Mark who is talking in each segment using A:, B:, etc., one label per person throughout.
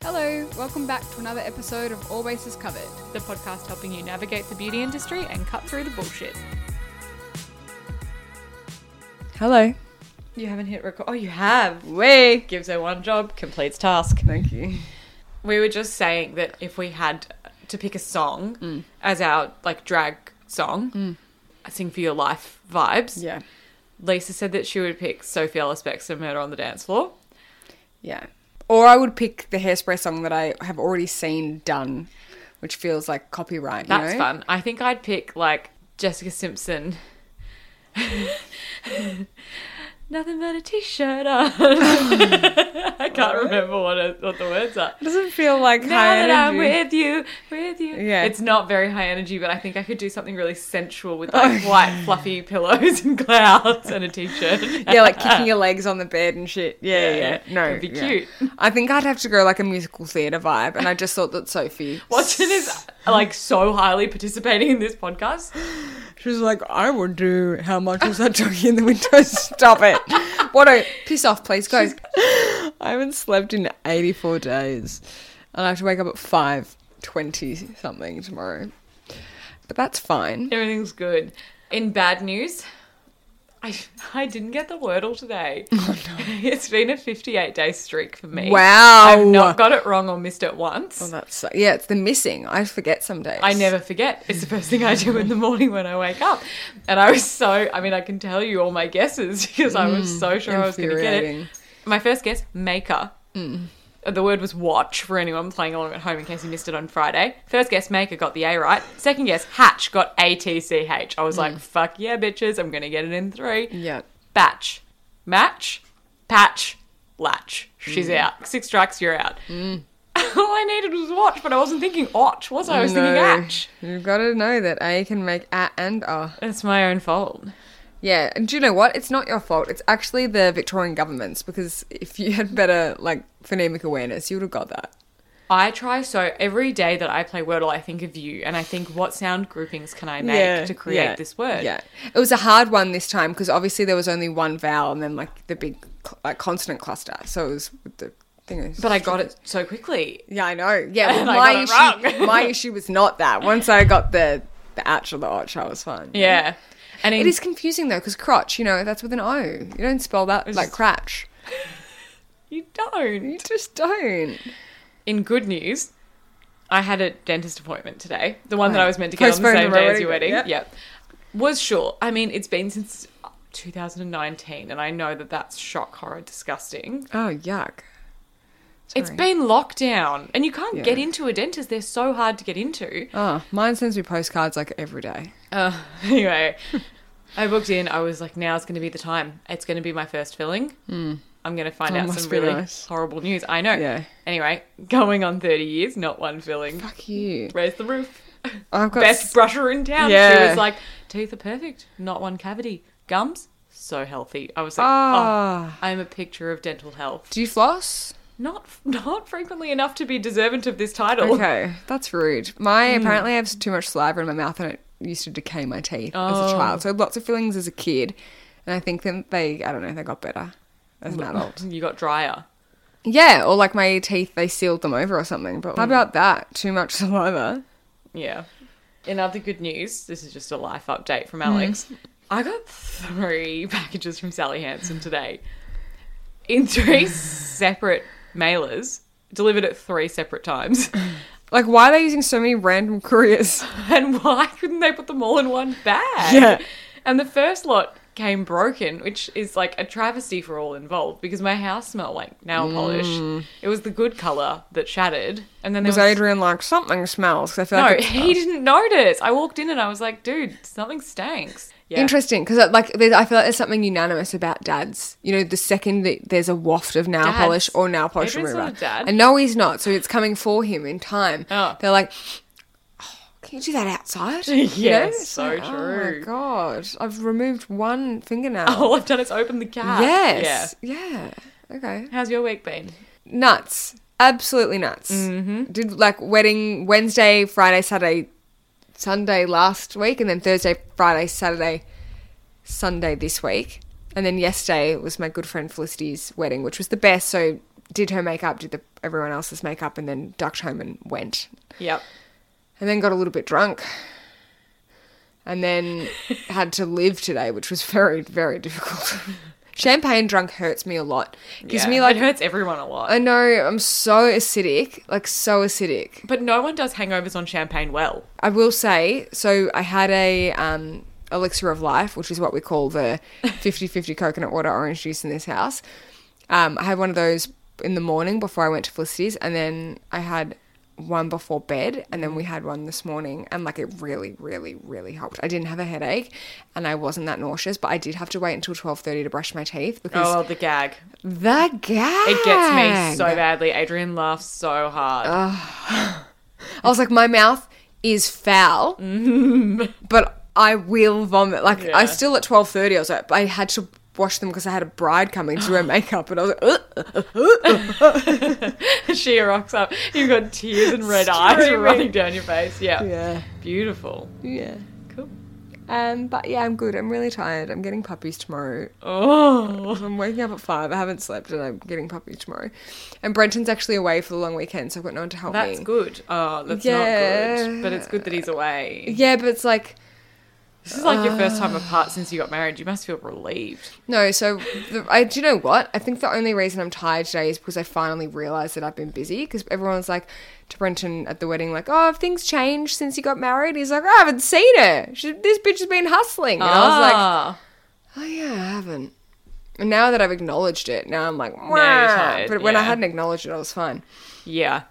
A: Hello, welcome back to another episode of All Bases Covered.
B: the podcast helping you navigate the beauty industry and cut through the bullshit.
A: Hello.
B: You haven't hit record. Oh, you have.
A: Way.
B: Gives her one job, completes task.
A: Thank you.
B: We were just saying that if we had to pick a song
A: Mm.
B: as our like drag song, Sing for Your Life vibes,
A: Yeah.
B: Lisa said that she would pick Sophie Ellis Beck's and Murder on the Dance Floor.
A: Yeah. Or I would pick the hairspray song that I have already seen done, which feels like copyright. you
B: That's
A: know?
B: fun. I think I'd pick like Jessica Simpson. Nothing but a t-shirt on. I can't remember what, it, what the words are.
A: It doesn't feel like
B: Now
A: high
B: that I'm
A: energy.
B: with you, with you.
A: Yeah.
B: It's not very high energy, but I think I could do something really sensual with
A: Oh.
B: like white fluffy pillows and clouds and a t-shirt.
A: yeah, like kicking your legs on the bed and shit. Yeah, yeah. yeah. No,
B: It'd be
A: yeah.
B: cute.
A: I think I'd have to go like a musical theatre vibe, and I just thought that Sophie.
B: Watson is like so highly participating in this podcast.
A: She was like, I would do. How much was that talking in the window? Stop it. What a piss off, please go. I haven't slept in 84 days, and I have to wake up at 5:20 something tomorrow. But that's fine.
B: Everything's good. In bad news, I I didn't get the wordle today. It's been a 58 day streak for me.
A: Oh, Wow.
B: I've not got it wrong or missed it once.
A: Oh, that's yeah. It's the missing. I forget some days.
B: I never forget. It's the first thing I do in the morning when I wake up. And I was so, I mean, I can tell you all my guesses because I was so sure I was going to get it.
A: Hmm. Infuriating.
B: My first guess, maker.
A: Mm.
B: The word was watch for anyone playing along at home in case you missed it on Friday. First guess, maker got the A right. Second guess, hatch got A T C H. I was
A: Mm.
B: like, fuck yeah, bitches, I'm going to get it in three.
A: Yeah.
B: Batch, match, patch, latch. She's
A: Mm.
B: out. Six strikes, you're out. all I needed was watch, but I wasn't thinking watch, was I? I was thinking atch.
A: You've got to know that A can make A and R.
B: It's my own fault.
A: Yeah, and do you know what? It's not your fault. It's actually the Victorian government's because if you had better like phonemic awareness, you would have got that.
B: I try so every day that I play Wordle, I think of you and I think what sound groupings can I make to create
A: yeah,
B: this word?
A: Yeah, it was a hard one this time because obviously there was only one vowel and then like the big cl- like consonant cluster. So it was with the thing.
B: But I got it so quickly.
A: Yeah, I know. Yeah, well,
B: And I
A: my
B: got it
A: issue,
B: wrong.
A: my issue was not that. Once I got the the atch or the otch, I was fine.
B: Yeah. And
A: It
B: in,
A: is confusing though, because crotch, you know, that's with an O. You don't spell that like cratch.
B: you don't.
A: You just don't.
B: In good news, I had a dentist appointment today. The one that
A: Right.
B: I was meant to get on
A: Oh. Postponed
B: the same
A: the
B: day as
A: wedding,
B: your wedding.
A: yep.
B: Yep. Was sure. I mean, it's been since 2019 and I know that that's shock, horror, disgusting.
A: Oh yuck.
B: It's
A: Sorry.
B: been lockdown and you can't
A: Yeah.
B: get into a dentist. They're so hard to get into.
A: Oh, mine sends me postcards like every day.
B: Uh, anyway, I booked in. I was like, now's going to be the time. It's going to be my first filling. Mm. I'm going to find
A: Oh,
B: out
A: must
B: some
A: be
B: really
A: nice.
B: horrible news. I know.
A: Yeah.
B: Anyway, going on 30 years, not one filling.
A: Fuck you.
B: Raise the roof.
A: I've got
B: Best brusher in town. She
A: Yeah.
B: was like, teeth are perfect, not one cavity. Gums, so healthy. I was like, oh,
A: Ah.
B: I'm a picture of dental health.
A: Do you floss?
B: Not not frequently enough to be deserving of this title.
A: Okay, that's rude. My
B: Hmm.
A: apparently I have too much saliva in my mouth and it used to decay my teeth as a
B: Oh.
A: child. So lots of fillings as a kid, and I think then they I don't know they got better as an adult.
B: You got drier.
A: Yeah, or like my teeth they sealed them over or something. But
B: Hmm.
A: how about that? Too much saliva.
B: Yeah. In other good news, this is just a life update from
A: Hmm.
B: Alex. I got three packages from Sally Hansen today in three separate mailers, delivered at three separate times.
A: Like why are they using so many random couriers?
B: And why couldn't they put them all in one bag?
A: Yeah.
B: And the first lot came broken, which is like a travesty for all involved because my house smelled like nail polish. It was the good color that shattered. And then there
A: Hmm. Was
B: was,
A: Adrian like something smells? 'Cause I feel
B: No,
A: like it's-
B: he didn't notice. I walked in and I was like, dude, something stinks. Yeah.
A: Interesting, because like there's, I feel like there's something unanimous about dads. You know, the second that there's a waft of nail
B: Dads.
A: polish or nail polish
B: Adrian's
A: remover,
B: not a dad.
A: and no, he's not. So it's coming for him in time.
B: Oh.
A: They're like, "Oh, can you do that outside? You
B: Yeah,
A: know?
B: so
A: It's like, Oh my
B: true. Oh,
A: god, I've removed one fingernail.
B: All I've done is open the cat.
A: yes, yeah. okay,
B: Yeah. How's your week been?
A: nuts, absolutely nuts. Mm-hmm. Did like wedding Wednesday, Friday, Saturday, Sunday last week, and then Thursday, Friday, Saturday, Sunday this week. And then yesterday was my good friend Felicity's wedding, which was the best. So did her makeup, did the, everyone else's makeup, and then ducked home and went.
B: Yep.
A: And then got a little bit drunk. And then had to live today, which was very, very difficult. Champagne drunk hurts me a lot. Gives
B: Yeah.
A: me like
B: it hurts everyone a lot.
A: I know I'm so acidic, like so acidic.
B: but no one does hangovers on champagne well.
A: I will say, so I had a um, elixir of life, which is what we call the 50-50 coconut water orange juice in this house. Um, I had one of those in the morning before I went to Felicity's, and then I had one before bed, and then we had one this morning, and like it really, really, really helped. I didn't have a headache, and I wasn't that nauseous, but I did have to wait until twelve thirty to brush my teeth because
B: Oh, the gag.
A: the gag
B: It gets me so badly. Adrian laughs so hard.
A: I was like, my mouth is foul, but I will vomit. Like I
B: Mm-hmm. Yeah.
A: still at twelve thirty, I was like, I had to wash them because I had a bride coming to do her makeup, and I was like, "Ugh, ugh, ugh, ugh, ugh."
B: she rocks up. You've got tears and red eyes
A: Screaming.
B: running down your face. Yeah.
A: yeah,
B: Beautiful.
A: yeah.
B: Cool.
A: Um, but yeah, I'm good. I'm really tired. I'm getting puppies tomorrow.
B: Oh.
A: I'm waking up at five. I haven't slept, and I'm getting puppies tomorrow. And Brenton's actually away for the long weekend, so I've got no one to help me.
B: That's good. Oh, that's not good. But it's good that he's away.
A: Yeah, but it's like
B: This is like your first time apart since you got married. You must feel relieved.
A: No, so the, I do you know what? I think the only reason I'm tired today is because I finally realized that I've been busy. Because everyone's like to Brenton at the wedding, like, "Oh, have things changed since you got married?" He's like, "I haven't seen her. She, this bitch has been hustling." And I was like,
B: Ah.
A: "Oh yeah, I haven't." And now that I've acknowledged it, now I'm like, "Wow!"
B: you're tired,
A: but when I
B: yeah.
A: hadn't acknowledged it, I was fine.
B: yeah,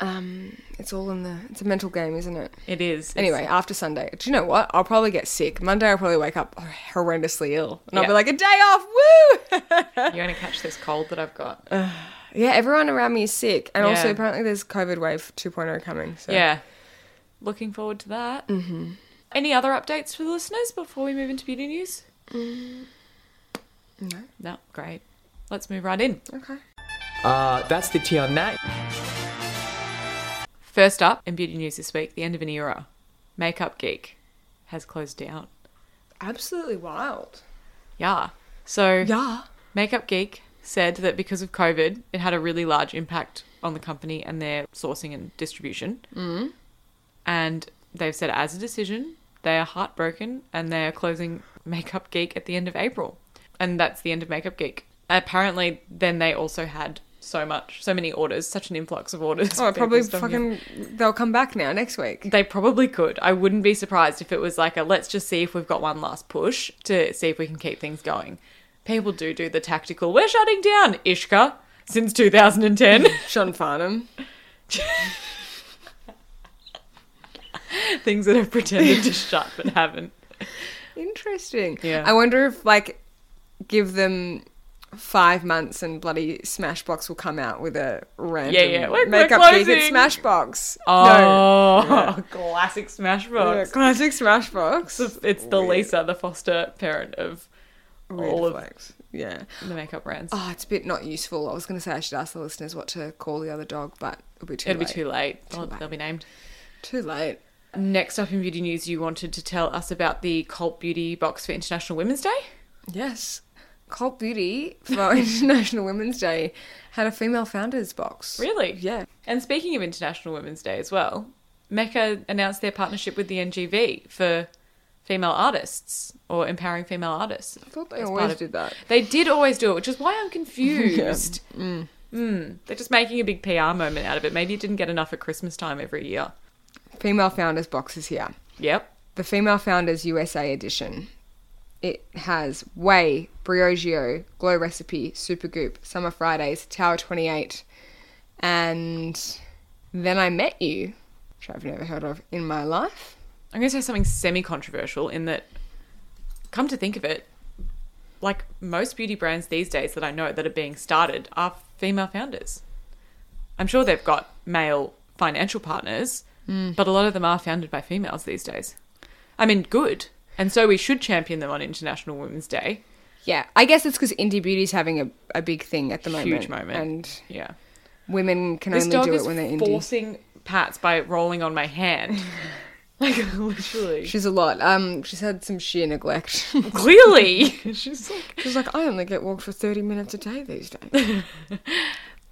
A: Um, it's all in the. It's a mental game, isn't it?
B: it is. It's-
A: Anyway, after Sunday, do you know what? I'll probably get sick. Monday, I'll probably wake up horrendously ill, and I'll
B: Yeah.
A: be like, "A day off, woo!"
B: you're gonna catch this cold that I've got.
A: Yeah, everyone around me is sick, and also
B: Yeah.
A: apparently there's COVID wave 2.0 coming. So
B: Yeah. Looking forward to that. Mm-hmm. Any other updates for the listeners before we move into beauty news?
A: No.
B: No, great. Let's move right in.
A: okay.
C: Uh, that's the tea on that.
B: First up in beauty news this week, the end of an era. Makeup Geek has closed down.
A: Absolutely wild.
B: Yeah. So
A: Yeah.
B: Makeup Geek said that because of COVID, it had a really large impact on the company and their sourcing and distribution. Mm. And they've said, as a decision, they are heartbroken and they are closing Makeup Geek at the end of April. And that's the end of Makeup Geek. Apparently, then they also had so much, so many orders, such an influx of orders.
A: Oh,
B: of
A: probably
B: people stocking up.
A: fucking. They'll come back now next week.
B: They probably could. I wouldn't be surprised if it was like a let's just see if we've got one last push to see if we can keep things going. People do do the tactical, we're shutting down Ishka since 2010.
A: Sean Farnham.
B: things that have pretended to shut but haven't.
A: Interesting.
B: Yeah.
A: I wonder if like, give them. Five months and bloody Smashbox will come out with a random
B: Yeah, yeah, we're- we're
A: makeup gig at
B: closing.
A: Smashbox.
B: Oh, classic
A: no, Yeah,
B: Smashbox.
A: classic Smashbox.
B: It's, it's the
A: Weird.
B: Lisa, the foster parent of
A: Weird
B: all of-
A: flex. Yeah.
B: the makeup brands.
A: Oh, it's a bit not useful. I was going to say I should ask the listeners what to call the other dog, but it'll be too
B: It'll
A: late.
B: be too late. They'll-
A: late.
B: They'll be named.
A: Too late.
B: Next up in beauty news, you wanted to tell us about the Cult Beauty box for International Women's Day.
A: Yes. Cult Beauty for International Women's Day had a female founders box.
B: Really?
A: Yeah.
B: And speaking of International Women's Day as well, Mecca announced their partnership with the NGV for female artists or empowering female artists.
A: I thought they
B: That's part
A: always
B: of-
A: did that.
B: They did always do it, which is why I'm confused. Mm, They're just making a big PR moment out of it. Maybe it didn't get enough at Christmas time every year.
A: Female founders box is here.
B: Yep.
A: The Female Founders USA edition. It has Whey, Briogeo, Glow Recipe, Supergoop, Summer Fridays, Tower 28, and Then I Met You, which I've never heard of in my life.
B: I'm going to say something semi controversial in that, come to think of it, like most beauty brands these days that I know that are being started are female founders. I'm sure they've got male financial partners,
A: Hmm.
B: but a lot of them are founded by females these days. I mean, good. And so we should champion them on International Women's Day.
A: Yeah, I guess it's because indie beauty's having a, a big thing at the moment.
B: Huge moment.
A: And
B: Yeah.
A: women can
B: This
A: only
B: dog
A: do
B: is
A: it when they're indie.
B: forcing pats by rolling on my hand. like, literally.
A: She's a lot. Um, she's had some sheer neglect.
B: Clearly. She's like,
A: she's like, I only get walked for thirty minutes a day these days.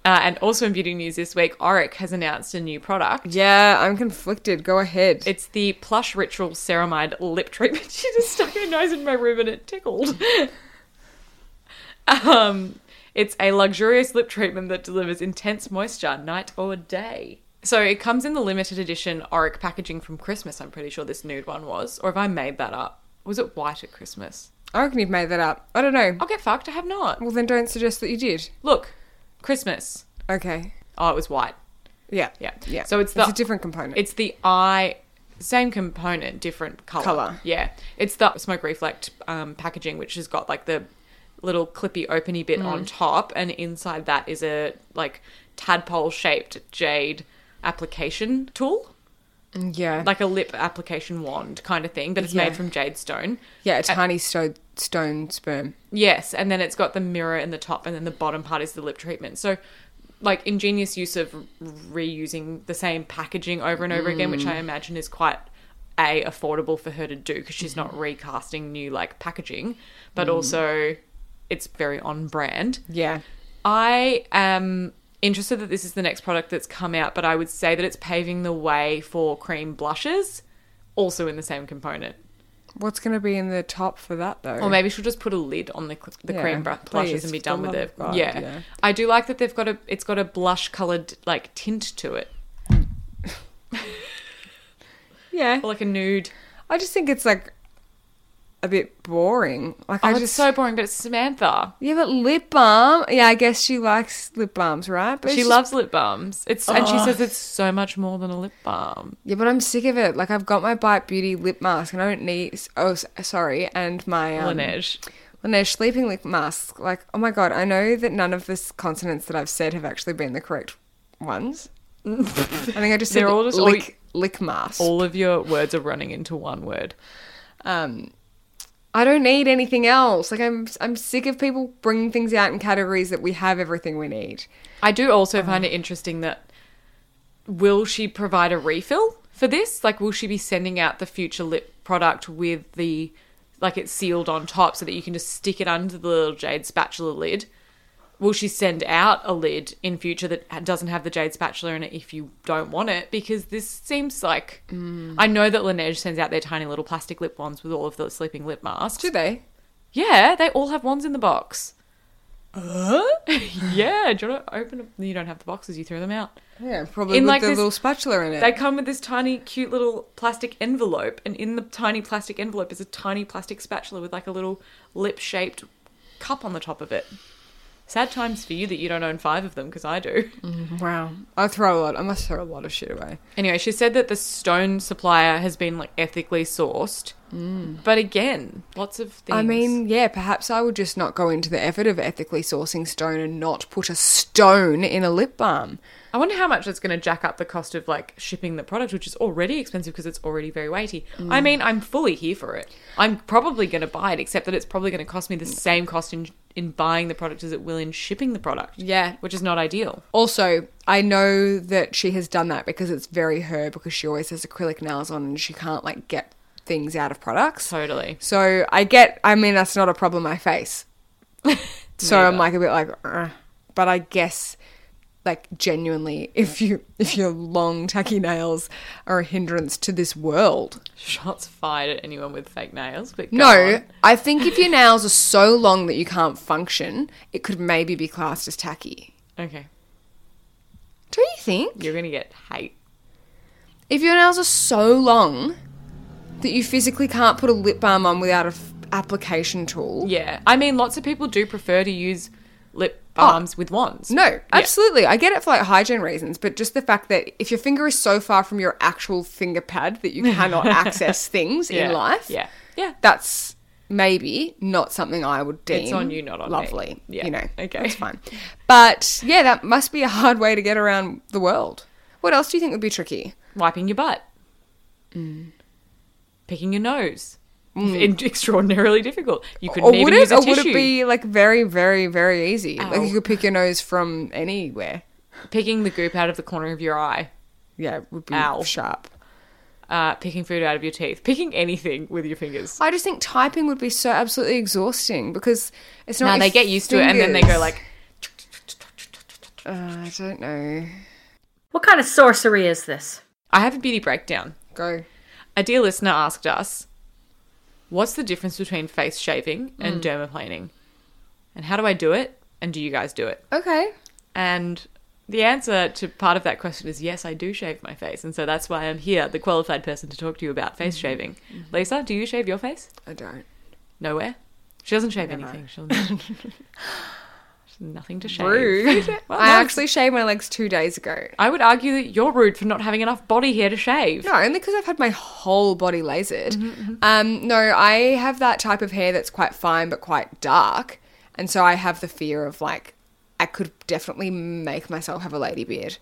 B: Uh, and also in beauty news this week, Oric has announced a new product.
A: Yeah, I'm conflicted. Go ahead.
B: It's the Plush Ritual Ceramide Lip Treatment. She just stuck her nose in my room and it tickled. um, it's a luxurious lip treatment that delivers intense moisture night or day. So it comes in the limited edition Oric packaging from Christmas. I'm pretty sure this nude one was, or if I made that up, was it white at Christmas?
A: I reckon you've made that up. I don't know.
B: I'll get fucked. I have not.
A: Well, then don't suggest that you did.
B: Look, Christmas.
A: Okay.
B: Oh, it was white.
A: Yeah.
B: Yeah.
A: Yeah.
B: So it's
A: it's
B: the-
A: a different component.
B: It's the eye, same component, different color.
A: Colour.
B: Yeah. It's the smoke reflect um, packaging, which has got like the little clippy openy bit on top, and inside that is a like tadpole shaped jade application tool,
A: Mm, yeah.
B: like a lip application wand kind of thing, but it's
A: Yeah.
B: made from jade stone.
A: yeah, a tiny sto- stone sperm.
B: Yes, and then it's got the mirror in the top, and then the bottom part is the lip treatment. So, like ingenious use of reusing the same packaging over and over again, which I imagine is quite a affordable for her to do because she's not recasting new like packaging, but also it's very on brand.
A: Yeah.
B: I am interested that this is the next product that's come out, but I would say that it's paving the way for cream blushes, also in the same component.
A: What's going to be in the top for that, though?
B: Or maybe she'll just put a lid on the, cl- the
A: Yeah,
B: cream br- blushes
A: please,
B: and be
A: for
B: done
A: the
B: with
A: love
B: it.
A: of God,
B: yeah.
A: yeah.
B: I do like that they've got a it's got a blush coloured like tint to it.
A: yeah.
B: Or like a nude.
A: I just think it's like a bit boring. Like,
B: Oh,
A: I
B: it's
A: just.
B: so boring, but it's Samantha.
A: yeah, but lip balm. Yeah, I guess she likes lip balms, right? But
B: She
A: it's just- Oh.
B: loves lip balms. It's and she says it's so much more than a lip balm.
A: Yeah, but I'm sick of it. Like, I've got my Bite Beauty lip mask and I don't need. Oh, s- sorry. And my. Um,
B: Laneige.
A: Laneige sleeping lip mask. Like, oh my God, I know that none of the s- consonants that I've said have actually been the correct ones. I think I just said
B: They're all just-
A: lick, lick mask.
B: All of your words are running into one word.
A: um, I don't need anything else. Like, I'm, I'm sick of people bringing things out in categories that we have everything we need.
B: I do also find it interesting that will she provide a refill for this? Like, will she be sending out the future lip product with the like it's sealed on top so that you can just stick it under the little jade spatula lid? Will she send out a lid in future that doesn't have the jade spatula in it if you don't want it? Because this seems like I know that Laneige sends out their tiny little plastic lip wands with all of the sleeping lip masks.
A: Do they?
B: Yeah, they all have wands in the box. yeah, do you want to open up? You don't have the boxes, you threw them out.
A: Yeah, probably
B: In,
A: with
B: like,
A: the
B: this-
A: little spatula in it.
B: They come with this tiny, cute little plastic envelope, and in the tiny plastic envelope is a tiny plastic spatula with like a little lip shaped cup on the top of it. Sad times for you that you don't own five of them, because I do.
A: Mm. wow. I throw a lot. I must throw a lot of shit away.
B: Anyway, she said that the stone supplier has been like ethically sourced. But again, lots of things.
A: Mm. I mean, yeah, perhaps I would just not go into the effort of ethically sourcing stone and not put a stone in a lip balm.
B: I wonder how much that's going to jack up the cost of like shipping the product, which is already expensive because it's already very weighty.
A: Mm.
B: I mean, I'm fully here for it. I'm probably going to buy it, except that it's probably going to cost me
A: Mm.
B: the same cost in in buying the product as it will in shipping the product.
A: Yeah.
B: which is not ideal.
A: Also, I know that she has done that because it's very her because she always has acrylic nails on and she can't like get things out of products.
B: Totally.
A: So I get, I mean, that's not a problem I face. so I'm like a bit like, "Ugh." but I guess like genuinely, if you if your long tacky nails are a hindrance to this world,
B: Shots fired at anyone with fake nails, but go
A: No,
B: on.
A: I think if your nails are so long that you can't function, it could maybe be classed as tacky.
B: Okay,
A: Do you think?
B: you're going to get hate.
A: If your nails are so long that you physically can't put a lip balm on without an application tool.
B: Yeah, I mean, lots of people do prefer to use lip balms with wands.
A: Oh. No, absolutely. I get it for like hygiene reasons, but just the fact that if your finger is so far from your actual finger pad that you cannot access things
B: Yeah.
A: in life,
B: Yeah, yeah.
A: that's maybe not something I would deem.
B: It's on you, not on me.
A: lovely.
B: Yeah.
A: you know,
B: Okay.
A: that's fine. But yeah, that must be a hard way to get around the world. What else do you think would be tricky?
B: wiping your butt,
A: Mm.
B: picking your nose. In- extraordinarily difficult. You couldn't
A: Or
B: even
A: would
B: use
A: it?
B: a
A: Or would
B: tissue.
A: it be like very, very, very easy?
B: Ow.
A: Like you could pick your nose from anywhere.
B: Picking the goop out of the corner of your eye,
A: Yeah, it would be
B: Ow.
A: sharp.
B: uh, picking food out of your teeth, picking anything with your fingers.
A: I just think typing would be so absolutely exhausting because it's not.
B: Now
A: your
B: they get used to it, and then they
A: fingers.
B: go like,
A: Uh, I don't know.
D: What kind of sorcery is this?
B: I have a beauty breakdown.
A: Go.
B: A dear listener asked us, What's the difference between face shaving and
A: Mm.
B: dermaplaning? And how do I do it? And do you guys do it?
A: Okay.
B: And the answer to part of that question is yes, I do shave my face. And so that's why I'm here, the qualified person to talk to you about
A: Mm-hmm.
B: face shaving. Lisa, do you shave your face?
A: I don't.
B: Nowhere. She doesn't shave anything. She'll She's nothing to shave. Well,
A: I
B: no,
A: actually shaved my legs two days ago.
B: I would argue that you're rude for not having enough body hair to shave.
A: No, only because I've had my whole body lasered. Um, no, I have that type of hair that's quite fine but quite dark, and so I have the fear of like, I could definitely make myself have a lady beard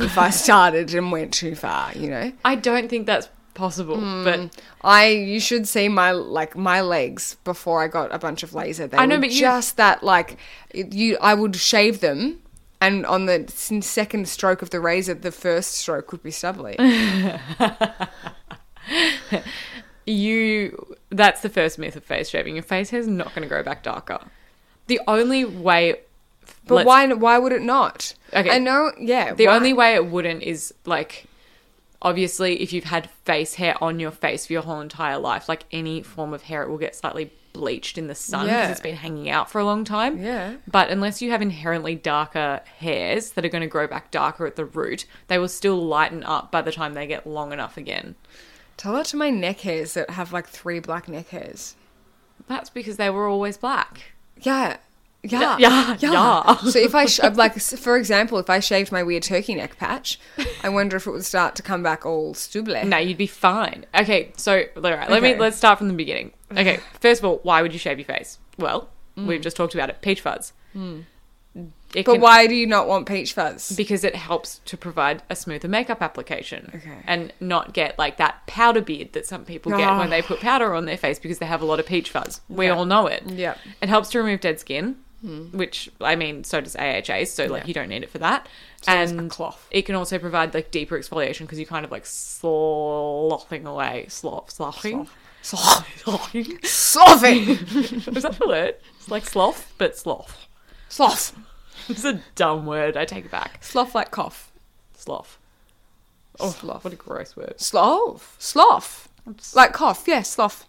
A: if I started and went too far. You know,
B: I don't think that's possible,
A: Hmm.
B: but
A: I you should see my like my legs before I got a bunch of laser. They
B: I know,
A: were
B: but you-
A: just that like you, I would shave them. And on the s- second stroke of the razor, the first stroke would be stubbly.
B: you that's the first myth of face shaving. Your face hair's not going to grow back darker. The only way
A: But
B: let's-
A: why? Why would it not?
B: Okay.
A: I know. Yeah.
B: the
A: why?
B: only way it wouldn't is like obviously if you've had face hair on your face for your whole entire life, like any form of hair it will get slightly bleached in the sun because
A: Yeah.
B: it's been hanging out for a long time.
A: Yeah.
B: But unless you have inherently darker hairs that are going to grow back darker at the root, they will still lighten up by the time they get long enough again.
A: Tell that to my neck hairs that have like three black neck hairs.
B: That's because they were always black.
A: Yeah. Yeah.
B: Yeah, yeah.
A: so if I sh- like, s- for example, if I shaved my weird turkey neck patch, I wonder if it would start to come back all stubble.
B: No, you'd be fine. Okay, so all right, let me
A: Okay.
B: let's start from the beginning. Okay, first of all, why would you shave your face? Well, we've just talked about it. Peach fuzz. It
A: Mm. Hmm. But
B: can-
A: why do you not want peach fuzz?
B: Because it helps to provide a smoother makeup application.
A: Okay.
B: And not get like that powder beard that some people get when
A: Ah.
B: they put powder on their face because they have a lot of peach fuzz. We all know it.
A: Yep.
B: It helps to remove dead skin,
A: Hmm.
B: which I mean, so does AHA. So like, you don't need it for that.
A: does a
B: and
A: cloth.
B: It can also provide like deeper exfoliation because you're kind of like slothing away, sloth, sloughing,
A: Sloth.
B: sloughing.
A: Slothing.
B: Is that the word? It's like sloth, but sloth.
A: Sloth.
B: It's a dumb word. I take it back.
A: Sloth like cough.
B: Sloth.
A: Oh, sloth.
B: What a gross word.
A: Sloth. Sloth. Like cough. Yeah, sloth.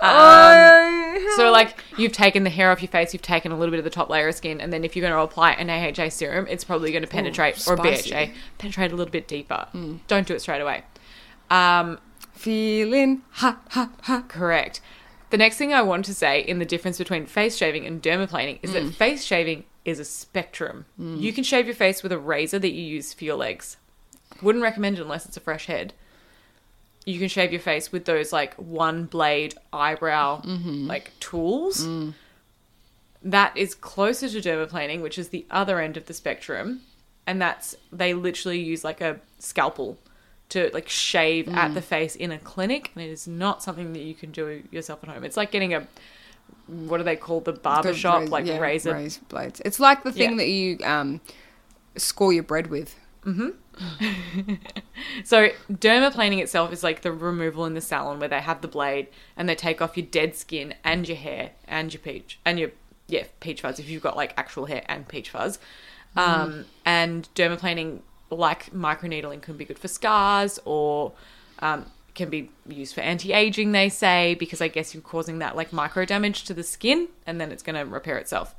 A: Oh.
B: So like you've taken the hair off your face, you've taken a little bit of the top layer of skin, and then if you're going to apply an AHA serum, it's probably going to penetrate or a
A: spicy.
B: BHA penetrate a little bit deeper. Don't do it straight away. Um,
A: Feeling hot, hot, hot.
B: correct. The next thing I want to say in the difference between face shaving and dermaplaning is that face shaving is a spectrum. You can shave your face with a razor that you use for your legs. Wouldn't recommend it unless it's a fresh head. You can shave your face with those like one blade eyebrow
A: Mm-hmm.
B: like tools.
A: Mm.
B: that is closer to dermaplaning, which is the other end of the spectrum, and that's they literally use like a scalpel to like shave at
A: Mm.
B: the face in a clinic, and it is not something that you can do yourself at home. It's like getting a what do they call the barber
A: The
B: shop
A: raz-
B: like
A: yeah,
B: razor?
A: razor blades. It's like the thing
B: Yeah.
A: that you um, score your bread with.
B: So dermaplaning itself is like the removal in the salon where they have the blade and they take off your dead skin and your hair and your peach and your yeah peach fuzz if you've got like actual hair and peach fuzz. Um, and dermaplaning, like microneedling, can be good for scars or um, can be used for anti-aging. They say because I guess you're causing that like micro damage to the skin and then it's going to repair itself.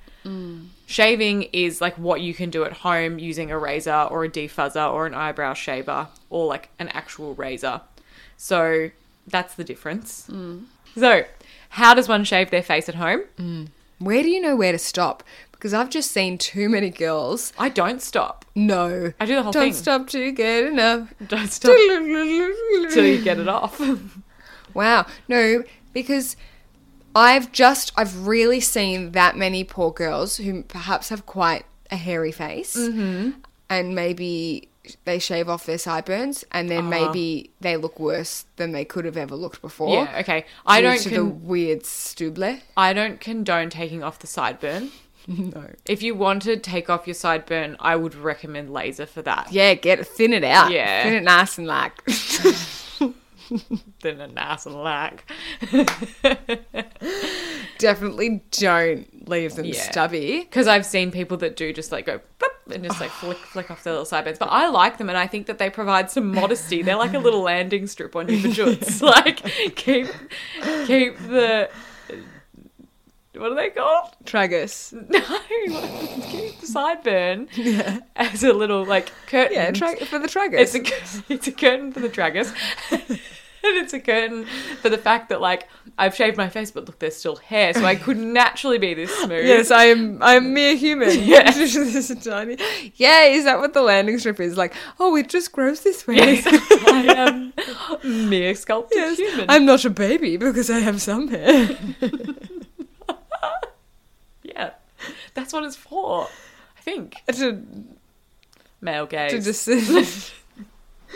B: Shaving is like what you can do at home using a razor or a defuzzer or an eyebrow shaver or like an actual razor. So that's the difference.
A: Mm.
B: So, how does one shave their face at home?
A: Where do you know where to stop? Because I've just seen too many girls.
B: I don't stop.
A: No,
B: I do the whole
A: Don't
B: thing.
A: stop to get enough.
B: Don't stop till you get it off.
A: Wow. No, because I've just, I've really seen that many poor girls who perhaps have quite a hairy face Mm-hmm. and maybe they shave off their sideburns and then maybe they look worse than they could have ever looked before.
B: yeah, okay. I
A: due
B: don't
A: to
B: con-
A: the weird stuble.
B: I don't condone taking off the sideburn.
A: No.
B: If you want to take off your sideburn, I would recommend laser for that.
A: Yeah, get thin it out.
B: Yeah.
A: Thin it nice and like.
B: Than a nice and lack.
A: definitely don't leave them
B: Yeah.
A: stubby.
B: Because I've seen people that do just like go boop, and just like flick flick off their little sideburns. But I like them and I think that they provide some modesty. They're like a little landing strip on you for jutes. Like keep keep the what are they called?
A: Tragus.
B: No, keep the sideburn as a little like curtain.
A: Yeah, tra- for the tragus.
B: It's a cur- it's a curtain for the tragus, and it's a curtain for the fact that like I've shaved my face, but look, there's still hair, so I could naturally be this smooth.
A: Yes, I am. I am mere human.
B: Yeah.
A: This is a tiny. Yeah, is that what the landing strip is like? Oh, it just grows this way.
B: Yes, I am mere sculpted
A: um, Yes,
B: human.
A: I'm not a baby because I have some hair.
B: yeah, that's what it's for. I think
A: to
B: male gaze.
A: to just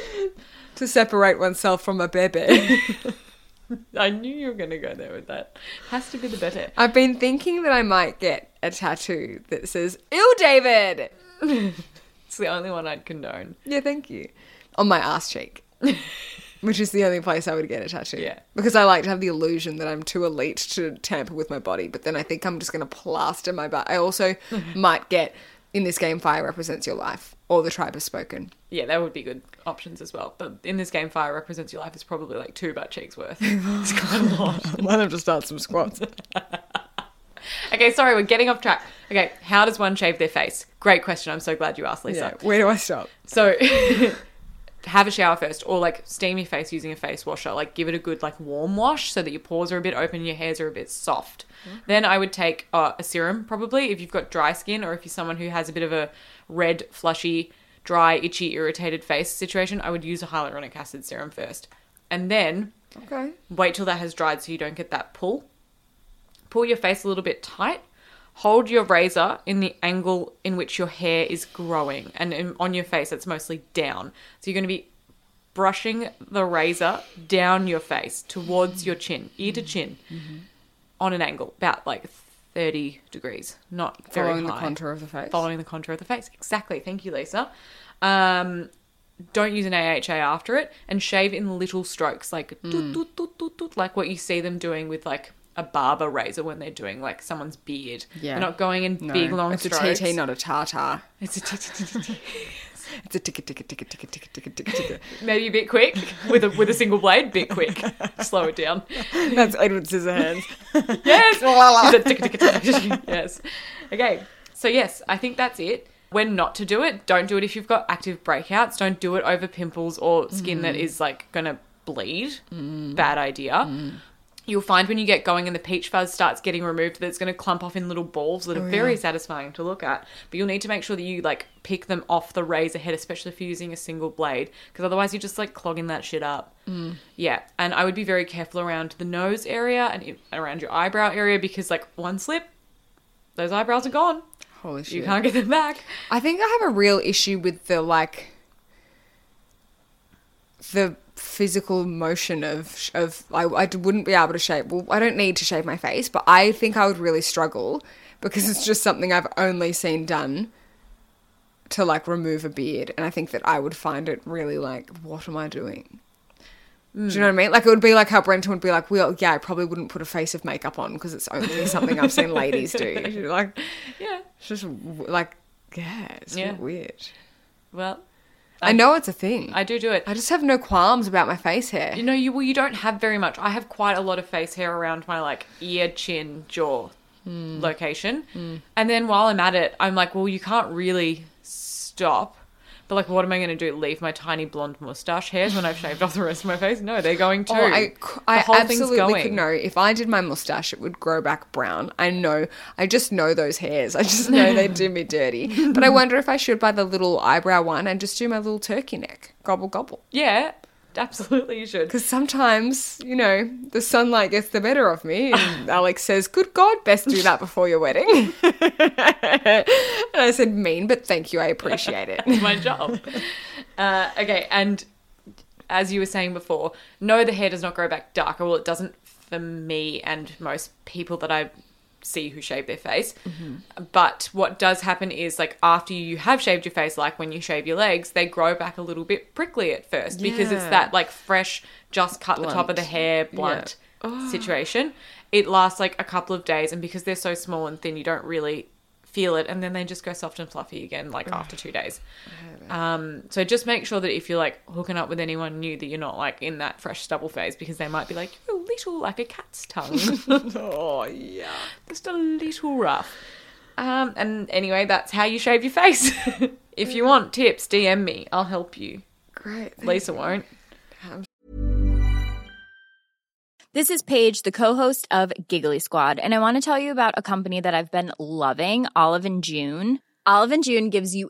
A: to separate oneself from a baby.
B: I knew you were gonna go there with that. Has to be the better.
A: I've been thinking that I might get a tattoo that says "Ill David."
B: It's the only one I'd condone.
A: Yeah, thank you. On my ass cheek. Which is the only place I would get a tattoo.
B: Yeah.
A: Because I like to have the illusion that I'm too elite to tamper with my body, but then I think I'm just going to plaster my butt. I also might get, in this game, fire represents your life, or the tribe has spoken.
B: Yeah, that would be good options as well. But in this game, fire represents your life is probably like two butt cheeks worth. it's quite a lot.
A: Might have to start some squats.
B: Okay, sorry, we're getting off track. Okay, how does one shave their face? Great question. I'm so glad you asked, Lisa.
A: yeah. Where do I stop?
B: So have a shower first or like steam your face using a face washer. Like give it a good like warm wash so that your pores are a bit open, your hairs are a bit soft. Then I would take uh, a serum probably if you've got dry skin or if you're someone who has a bit of a red, flushy, dry, itchy, irritated face situation, I would use a hyaluronic acid serum first. And then
A: Okay.
B: wait till that has dried so you don't get that pull. Pull your face a little bit tight. Hold your razor in the angle in which your hair is growing and in, on your face it's mostly down. So you're going to be brushing the razor down your face towards your chin, ear to chin,
A: Mm-hmm.
B: on an angle about like 30 degrees, not very
A: Following the
B: high.
A: contour of the face.
B: Following the contour of the face. Exactly. Thank you, Lisa. Um, don't use an AHA after it and shave in little strokes, like
A: Hmm.
B: toot, toot, toot, toot, toot, like what you see them doing with like a barber razor when they're doing like someone's beard.
A: Yeah.
B: They're not going in big long
A: It's
B: strokes.
A: a TT, not a tartar.
B: It's a TT.
A: It's a ticket, ticket, ticket, ticket, ticket, ticket, ticket, ticket.
B: Maybe a bit quick with a with a single blade, bit quick. Slow it down.
A: That's Edward Scissorhands.
B: Yes.
A: La, la.
B: Is it tick, tick, tick, tick? yes. Okay. So yes, I think that's it. When not to do it, don't do it if you've got active breakouts. Don't do it over pimples or skin that is like gonna bleed. Bad idea. You'll find when you get going and the peach fuzz starts getting removed that it's going to clump off in little balls that are very satisfying to look at. But you'll need to make sure that you like pick them off the razor head, especially if you're using a single blade, because otherwise you're just like clogging that shit up. Yeah, and I would be very careful around the nose area and i- around your eyebrow area because like one slip, those eyebrows are gone.
A: Holy shit.
B: You can't get them back.
A: I think I have a real issue with the like the physical motion of of I, I wouldn't be able to shave. Well, I don't need to shave my face, but I think I would really struggle because it's just something I've only seen done to like remove a beard, and I think that I would find it really like, what am I doing? Do you know what I mean? Like it would be like how Brenton would be like, well, yeah, I probably wouldn't put a face of makeup on because it's only something I've seen ladies do. You're like,
B: Yeah.
A: it's just w- like, yeah, it's a
B: Yeah.
A: bit weird.
B: Well,
A: I know it's a thing.
B: I
A: I,
B: do do it.
A: just have no qualms about my face hair.
B: You know, you well, you don't have very much. I have quite a lot of face hair around my like ear, chin, jaw
A: Hmm.
B: location. And then while I'm at it, I'm like, well, you can't really stop. But like, what am I going to do? Leave my tiny blonde mustache hairs when I've shaved off the rest of my face? No, they're going too.
A: Oh, I, c- I absolutely could know. If I did my mustache, it would grow back brown. I know. I just know those hairs. I just know they do me dirty. But I wonder if I should buy the little eyebrow one and just do my little turkey neck. Gobble, gobble.
B: Yeah, absolutely, you should.
A: Because sometimes, you know, the sunlight gets the better of me. And Alex says, Good God, best do that before your wedding. and I said, Mean, but thank you. I appreciate it.
B: my job. Uh, okay, and as you were saying before, no, the hair does not grow back darker. Well, it doesn't for me and most people that I see who shave their face. Mm-hmm. But what does happen is, like, after you have shaved your face, like when you shave your legs, they grow back a little bit prickly at first because it's
A: Yeah.
B: that, like, fresh, just cut the top of
A: Blunt.
B: the hair, blunt
A: Oh.
B: situation. It lasts like a couple of days, and because they're so small and thin, you don't really feel it, and then they just go soft and fluffy again, like after two days. Um, so just make sure that if you're like hooking up with anyone new, that you're not like in that fresh stubble phase, because they might be like, "You're a little like a cat's tongue."
A: Oh yeah.
B: just a little rough. Um, and anyway, that's how you shave your face. if
A: Mm.
B: you want tips, DM me. I'll help you.
A: Great. thank
B: Lisa won't.
E: This is Paige, the co-host of Giggly Squad, and I want to tell you about a company that I've been loving, Olive and June. Olive and June gives you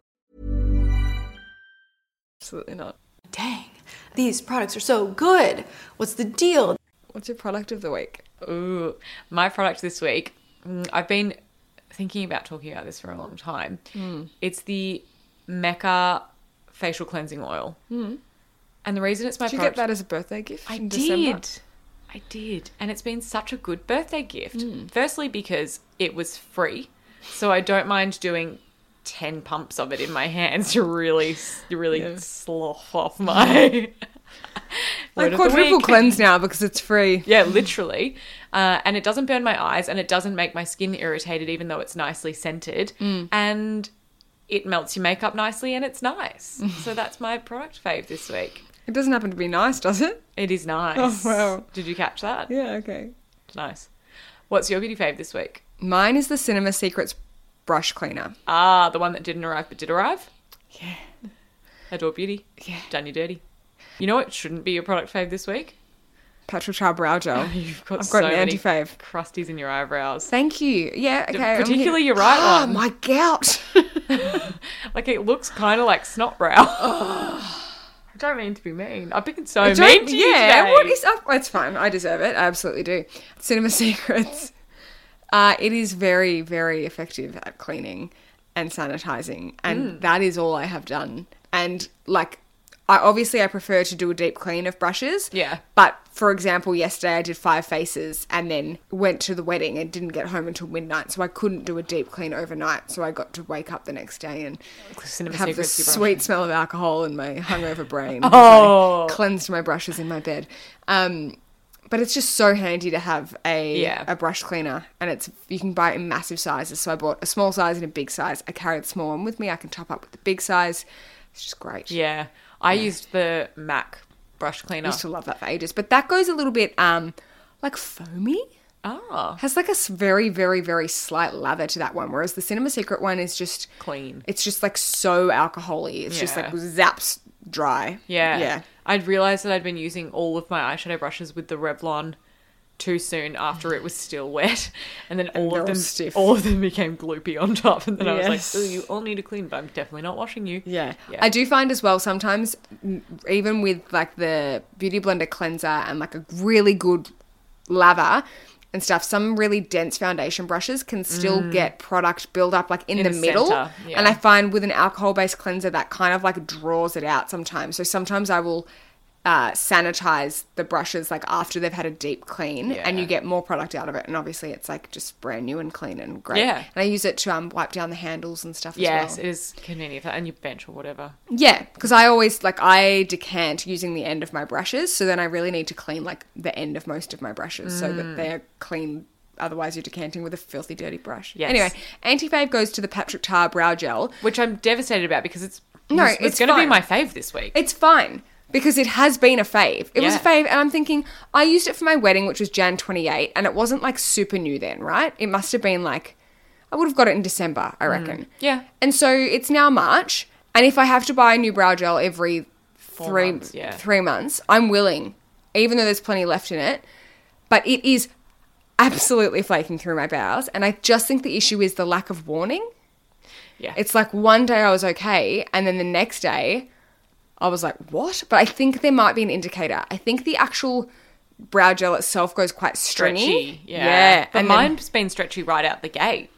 A: Absolutely not.
F: Dang, these products are so good. What's the deal?
A: What's your product of the week?
B: Ooh, my product this week. mm, I've been thinking about talking about this for a long time.
A: Hmm.
B: It's the Mecca facial cleansing oil. And the reason it's my
A: Hmm. Did you
B: product-
A: get that as a birthday gift?
B: I
A: in
B: did.
A: December?
B: I did. And it's been such a good birthday gift.
A: Hmm.
B: Firstly, because it was free. So I don't mind doing 10 pumps of it in my hands to really, really slough off my. word
A: Like
B: of the
A: quadruple
B: week.
A: cleanse now because it's free.
B: Yeah, literally. Uh, and it doesn't burn my eyes and it doesn't make my skin irritated, even though it's nicely scented.
A: Mm.
B: And it melts your makeup nicely and it's nice. so that's my product fave this week.
A: It doesn't happen to be nice, does it?
B: It is nice.
A: Oh, wow.
B: Did you catch that?
A: Yeah, okay.
B: Nice. What's your beauty fave this week?
A: Mine is the Cinema Secrets brush cleaner.
B: Ah, the one that didn't arrive but did arrive? Yeah. Adore Beauty? Yeah. Done you dirty. You know what shouldn't be your product fave this week?
A: Petrol Char Brow Gel.
B: You've got,
A: I've got
B: so
A: an
B: many
A: anti-fave.
B: crusties in your eyebrows.
A: Thank you. Yeah, okay. I'm
B: particularly
A: here-
B: your right
A: Ah,
B: one.
A: my gout.
B: Like it looks kind of like snot brow. I don't mean to be mean. I've been so mean
A: Don't-
B: to you
A: yeah,
B: today.
A: what is up? It's fine. I deserve it. I absolutely do. Cinema Secrets. Uh, it is very, very effective at cleaning and sanitizing,
B: Hmm.
A: and that is all I have done. And like, I obviously I prefer to do a deep clean of brushes.
B: Yeah.
A: But for example, yesterday I did five faces and then went to the wedding and didn't get home until midnight, so I couldn't do a deep clean overnight. So I got to wake up the next day and
B: Cinema
A: have the
B: Secrets, your brush.
A: sweet smell of alcohol in my hungover brain. oh, cleansed my brushes in my bed. Um, but it's just so handy to have a
B: Yeah.
A: a brush cleaner, and it's you can buy it in massive sizes. So I bought a small size and a big size. I carry the small one with me. I can top up with the big size. It's just great.
B: Yeah, I used the Mac brush
A: I
B: cleaner.
A: used to love that for ages, but that goes a little bit um like foamy.
B: Ah,
A: Has like a s- very very very slight lather to that one, whereas the Cinema Secret one is just
B: clean.
A: It's just like so alcoholy. It's just like
B: Yeah.
A: zaps dry.
B: Yeah.
A: Yeah.
B: I'd realized that I'd been using all of my eyeshadow brushes with the Revlon too soon after it was still wet. And then all
A: they're all
B: of them
A: stiff.
B: all of them became gloopy on top. And then I was
A: Yes.
B: like, ooh, you all need a clean, but I'm definitely not washing you.
A: Yeah.
B: Yeah.
A: I do find as well sometimes, m- even with like the Beauty Blender cleanser and like a really good lather and stuff, some really dense foundation brushes can still get product buildup like in, the,
B: Mm. the
A: middle.
B: center, yeah.
A: And I find with an alcohol based cleanser that kind of like draws it out sometimes. So sometimes I will. Uh, sanitize the brushes like after they've had a deep clean and you get more product out of it and obviously it's like just brand new and clean and great
B: Yeah.
A: and i use it to um wipe down the handles and stuff as
B: Yes,
A: well.
B: it is convenient for and your bench or whatever.
A: Yeah, because I always like I decant using the end of my brushes, so then I really need to clean like the end of most of my brushes so that they're clean Otherwise, you're decanting with a filthy, dirty brush.
B: Yes.
A: Anyway, Antifave goes to the Patrick Tar Brow Gel.
B: which I'm devastated about because it's
A: No,
B: it's,
A: it's
B: going to be
A: fine.
B: my fave this week.
A: It's fine because it has been a fave. It was a
B: Yeah.
A: fave, and I'm thinking I used it for my wedding, which was Jan 28, and it wasn't like super new then, right? It must have been like I would have got it in December, I reckon.
B: Mm. Yeah.
A: And so it's now March, and if I have to buy a new brow gel every three
B: months, yeah.
A: three months, I'm willing, even though there's plenty left in it. But it is absolutely flaking through my brows, and I just think the issue is the lack of warning.
B: yeah,
A: It's like one day I was okay, and then the next day I was like, what? But I think there might be an indicator. I think the actual brow gel itself goes quite stringy.
B: stretchy. Yeah, but
A: and then-
B: mine's been stretchy right out the gate.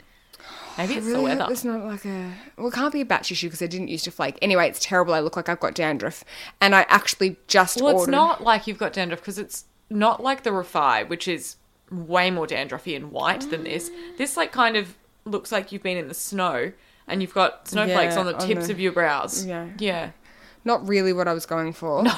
B: Maybe it's
A: I really
B: the
A: hope
B: weather.
A: It's not like a well, it can't be a batch issue because I didn't used to flake. Anyway, it's terrible. I look like I've got dandruff, and I actually just
B: Well, it's
A: ordered-
B: not like you've got dandruff because it's not like the refi, which is way more dandruffy and white than this. This like kind of looks like you've been in the snow and you've got snowflakes
A: Yeah,
B: on the
A: on
B: tips
A: the-
B: of your brows.
A: Yeah.
B: yeah.
A: not really what I was going for.
B: No.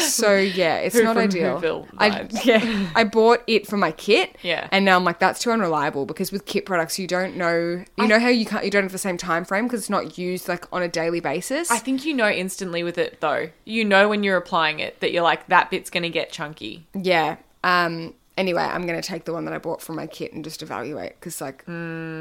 A: So yeah, it's
B: Who
A: not
B: from
A: ideal.
B: Whoville
A: I
B: vibes.
A: yeah, I bought it for my kit.
B: Yeah.
A: and now I'm like, that's too unreliable because with kit products, you don't know, you know how you can't, you don't have the same time frame because it's not used like on a daily basis.
B: I think you know instantly with it though. You know when you're applying it that you're like that bit's going to get chunky.
A: yeah. Um. Anyway, I'm gonna take the one that I bought from my kit and just evaluate because like,
B: Hmm.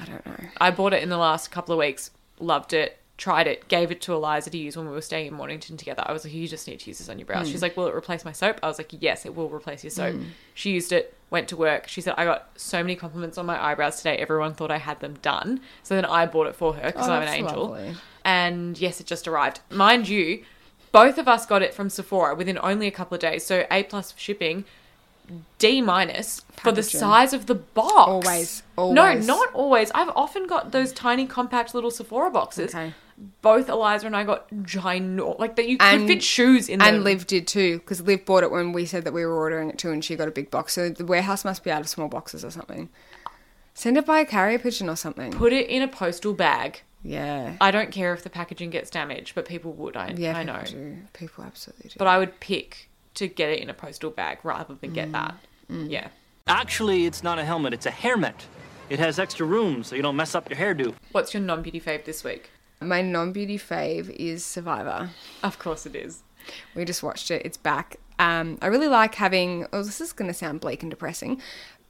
A: I don't know.
B: I bought it in the last couple of weeks, loved it, tried it, gave it to Eliza to use when we were staying in Mornington together. I was like, You just need to use this on your brows.
A: Mm.
B: She's like, Will it replace my soap? I was like, Yes, it will replace your soap. She used it, went to work. She said, I got so many compliments on my eyebrows today. Everyone thought I had them done. So then I bought it for her because
A: Oh,
B: I'm an
A: that's
B: angel.
A: lovely.
B: And yes, it just arrived. Mind you, both of us got it from Sephora within only a couple of days. So A plus for shipping. D minus for the
A: Packaging.
B: size of the box.
A: Always,
B: No,
A: always.
B: not always. I've often got those tiny, compact little Sephora boxes.
A: Okay.
B: Both Eliza and I got ginormous, like that you
A: And-
B: could fit shoes in
A: And
B: them.
A: Liv did too, because Liv bought it when we said that we were ordering it too, and she got a big box. So the warehouse must be out of small boxes or something. Send it by a carrier pigeon or something.
B: Put it in a postal bag.
A: Yeah.
B: I don't care if the packaging gets damaged, but people would. I,
A: Yeah,
B: I
A: people
B: know.
A: do. People absolutely do.
B: But I would pick to get it in a postal bag rather than
A: Mm.
B: get that. Yeah.
G: Actually, it's not a helmet, it's a hairnet. It has extra room so you don't mess up your hairdo.
B: What's your non beauty fave this week?
A: My non beauty fave is Survivor.
B: Of course it is.
A: We just watched it. It's back. Um, I really like having. Oh, this is going to sound bleak and depressing,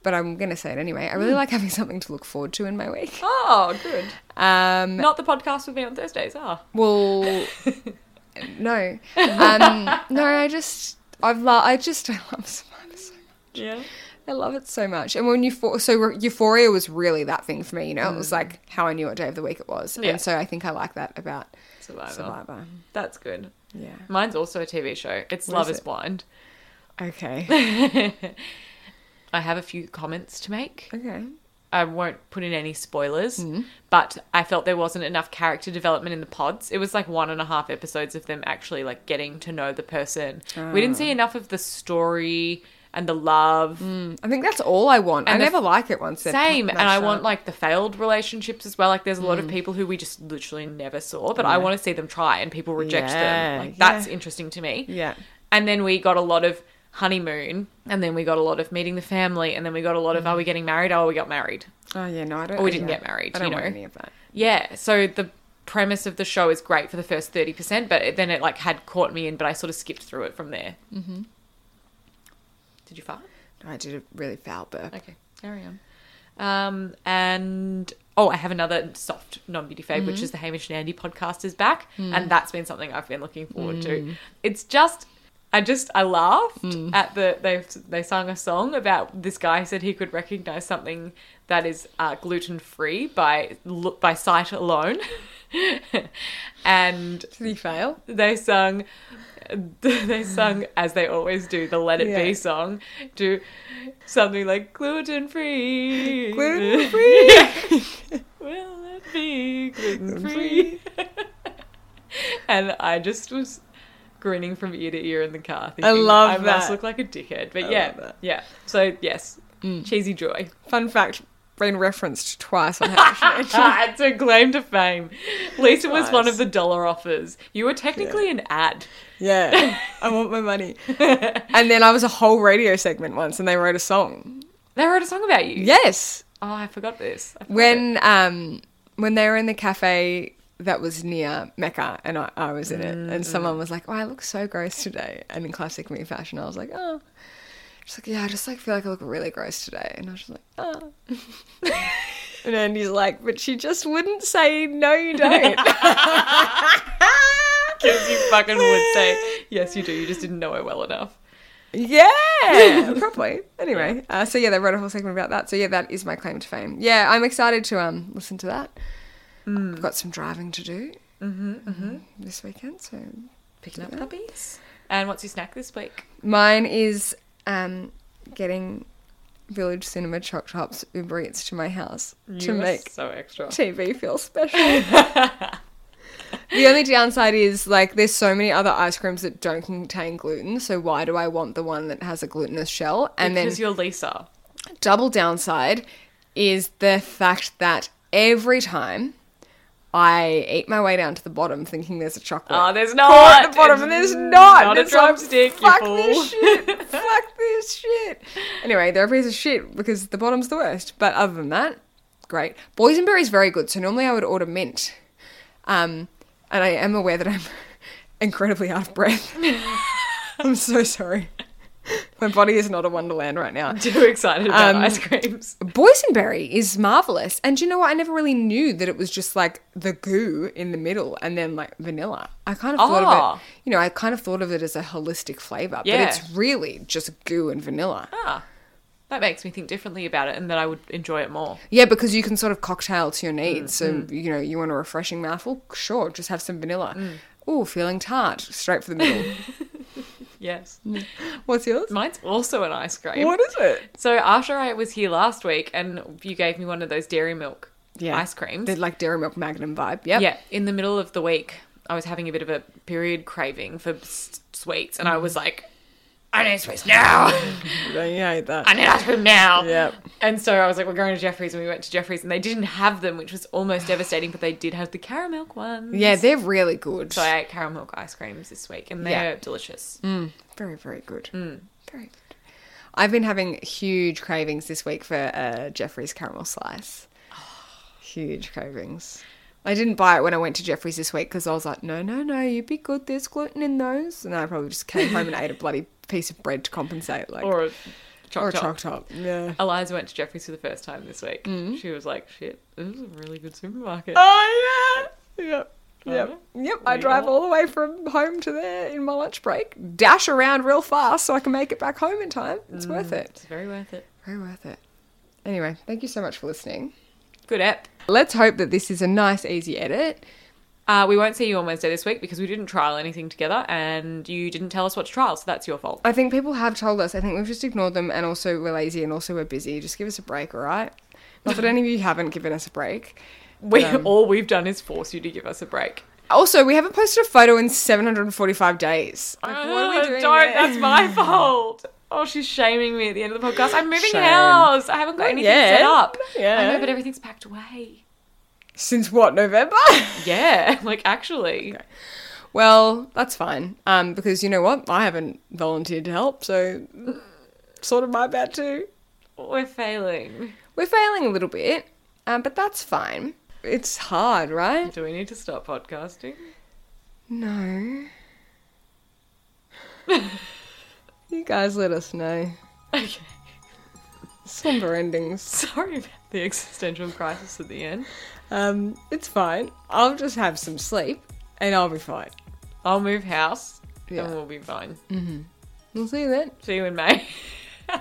A: but I'm going to say it anyway. I really like having something to look forward to in my week.
B: Hmm. Oh, good.
A: Um,
B: Not the podcast with me on Thursdays, ah.
A: Well, no, um, no. I just, I've, lo- I just, I love Survivor so much.
B: Yeah.
A: I love it so much. And when Euphoria, so Re- Euphoria was really that thing for me. You know, it was like how I knew what day of the week it was.
B: Hmm. Yeah.
A: And so I think I like that about
B: Survivor.
A: Survivor.
B: That's good.
A: Yeah.
B: Mine's also a TV show. It's Love
A: is
B: is
A: it?
B: Blind.
A: Okay.
B: I have a few comments to make.
A: okay.
B: I won't put in any spoilers,
A: Hmm.
B: but I felt there wasn't enough character development in the pods. It was like one and a half episodes of them actually like getting to know the person. We didn't
A: Ah.
B: see enough of the story and the love.
A: I think that's all I want. I
B: And the-
A: never like it once. they're
B: Same,
A: pa-
B: and I
A: mashed
B: want
A: up.
B: like the failed relationships as well. Like there's a
A: Hmm.
B: lot of people who we just literally never saw, but I want to see them try and people reject
A: Yeah,
B: them. Like
A: yeah.
B: that's interesting to me.
A: Yeah.
B: And then we got a lot of honeymoon, and then we got a lot of meeting the family, and then we got a lot
A: Hmm.
B: of are we getting married? Oh, we got married.
A: Oh yeah, no, I don't.
B: we didn't
A: yeah.
B: get married,
A: I don't
B: you
A: want
B: know.
A: any of that.
B: Yeah, so the premise of the show is great for the first 30%, but it, then it like had caught me in, but I sort of skipped through it from there. Mm-hmm. Did you fart?
A: I did a really foul burp.
B: Okay, carry on. Um, and oh, I have another soft non beauty fave, which is the Hamish and Andy podcast is back, and that's been something I've been looking forward to. It's just. I just I laughed at the they they sung a song about this guy who said he could recognize something that is uh, gluten free by look by sight alone, and
A: Did he fail?
B: they sung they sung as they always do the let it
A: Yeah.
B: be song to something like gluten free
A: Gluten
B: will it be gluten free and i just was grinning from ear to ear in the car thinking,
A: love
B: i must
A: that.
B: look like a dickhead but
A: love
B: yeah
A: that. Mm.
B: yeah so yes cheesy joy
A: Fun fact: been referenced twice on Hamish.
B: Ah, it's a claim to fame lisa was one of the dollar offers you were technically an ad
A: Yeah, I want my money. and then I was a whole radio segment once, and they wrote a song.
B: They wrote a song about you.
A: Yes.
B: Oh, I forgot this. I forgot it.
A: When um when they were in the cafe that was near Mecca and I, I was in it and someone was like, Oh, I look so gross today and in classic me fashion I was like, Oh She's like, Yeah, I just like feel like I look really gross today and I was just like, Oh And Andy's like, But she just wouldn't say no you don't
B: Because you fucking would say, yes, you do. You just didn't know her well enough.
A: Yeah, probably. Anyway, uh, so yeah, they wrote a whole segment about that. So yeah, that is my claim to fame. Yeah, I'm excited to um listen to that. I've got some driving to do mm-hmm, this weekend. So
B: Picking up puppies. And what's your snack this week?
A: mine is um getting Village Cinema Choc Chops Uber Eats to my house to
B: You are
A: make
B: so extra.
A: TV feel special. the only downside is like there's so many other ice creams that don't contain gluten. So why do I want the one that has a glutinous shell? And then
B: Because you're Lisa.
A: double downside is the fact that every time I eat my way down to the bottom thinking there's a chocolate.
B: Oh, there's
A: pour
B: not.
A: at the bottom and
B: It's
A: there's not.
B: Not
A: and
B: a
A: it's like,
B: drumstick, you
A: Fuck
B: fool.
A: this shit. fuck this shit. Anyway, they're a piece of shit because the bottom's the worst. But other than that, great. Boysenberry is very good. So normally I would order mint. Um, and I am aware that I'm incredibly out of breath. I'm so sorry. My body is not a wonderland right now.
B: Too excited about
A: Um,
B: ice creams.
A: Boysenberry is marvelous. And do you know what? I never really knew that it was just like the goo in the middle and then like vanilla. I kind of thought
B: Ah.
A: of it, you know, I kind of thought of it as a holistic flavor,
B: Yeah.
A: but it's really just goo and vanilla.
B: Ah, that makes me think differently about it and that I would enjoy it more.
A: Yeah, because you can sort of cocktail to your needs. So, you know, you want a refreshing mouthful? Sure, just have some vanilla. Ooh, feeling tart, straight for the middle.
B: Yes.
A: What's yours?
B: Mine's also an ice cream.
A: Mm. What is it?
B: So after I was here last week and you gave me one of those dairy milk ice creams.
A: They're like Dairy Milk Magnum vibe. Yep.
B: Yeah, in the middle of the week, I was having a bit of a period craving for s- sweets, and I was
A: Mm.
B: like, I need sweets now.
A: Yeah, you hate that.
B: I need ice cream now.
A: Yep.
B: And so I was like, we're going to Jeffrey's, and we went to Jeffrey's, and they didn't have them, which was almost devastating, but they did have the caramel ones.
A: Yeah, they're really good.
B: So I ate caramel ice creams this week, and they're delicious.
A: Very, very good.
B: Hmm.
A: Very good. I've been having huge cravings this week for uh, Jeffrey's caramel slice. Huge cravings. I didn't buy it when I went to Jeffrey's this week because I was like, no, no, no, you'd be good. There's gluten in those. And I probably just came home and ate a bloody piece of bread to compensate. Like,
B: Or a choc
A: or a
B: top.
A: choc top. Yeah.
B: Eliza went to Jeffrey's for the first time this week. She was like, shit, this is a really good supermarket.
A: Oh, yeah. Yep. Yep. Yep. I
B: We
A: drive
B: all-
A: all the way from home to there in my lunch break, dash around real fast so I can make it back home in time. It's worth it.
B: It's very worth it.
A: Very worth it. Anyway, thank you so much for listening.
B: Good app.
A: Let's hope that this is a nice, easy edit.
B: Uh, we won't see you on Wednesday this week because we didn't trial anything together and you didn't tell us what to trial, so that's your fault.
A: I think people have told us. I think we've just ignored them, and also we're lazy, and also we're busy. Just give us a break, all right? Not that any of you haven't given us a break.
B: We, all we've done is force you to give us a break.
A: Also, we haven't posted a photo in 745 days. Like, what are we
B: Uh,
A: doing?
B: Don't,
A: here?
B: that's my fault. Oh, she's shaming me at the end of the podcast. I'm moving
A: Shame.
B: house. I haven't got anything
A: yet.
B: set up.
A: Not yet.
B: I know, but everything's packed away.
A: Since what, November?
B: Yeah, like actually.
A: well, that's fine. Um, because you know what? I haven't volunteered to help, so sort of my bad too.
B: We're failing.
A: We're failing a little bit, um, but that's fine. It's hard, right?
B: Do we need to stop podcasting?
A: No. you guys let us know.
B: Okay.
A: Somber endings.
B: Sorry about the existential crisis at the end.
A: Um, it's fine. I'll just have some sleep and I'll be fine.
B: I'll move house
A: Yeah.
B: and we'll be fine.
A: We'll see you then.
B: See you in May.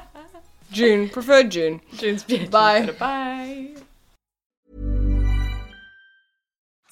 A: June. Preferred June.
B: June's bitch.
A: Bye.
B: Bye.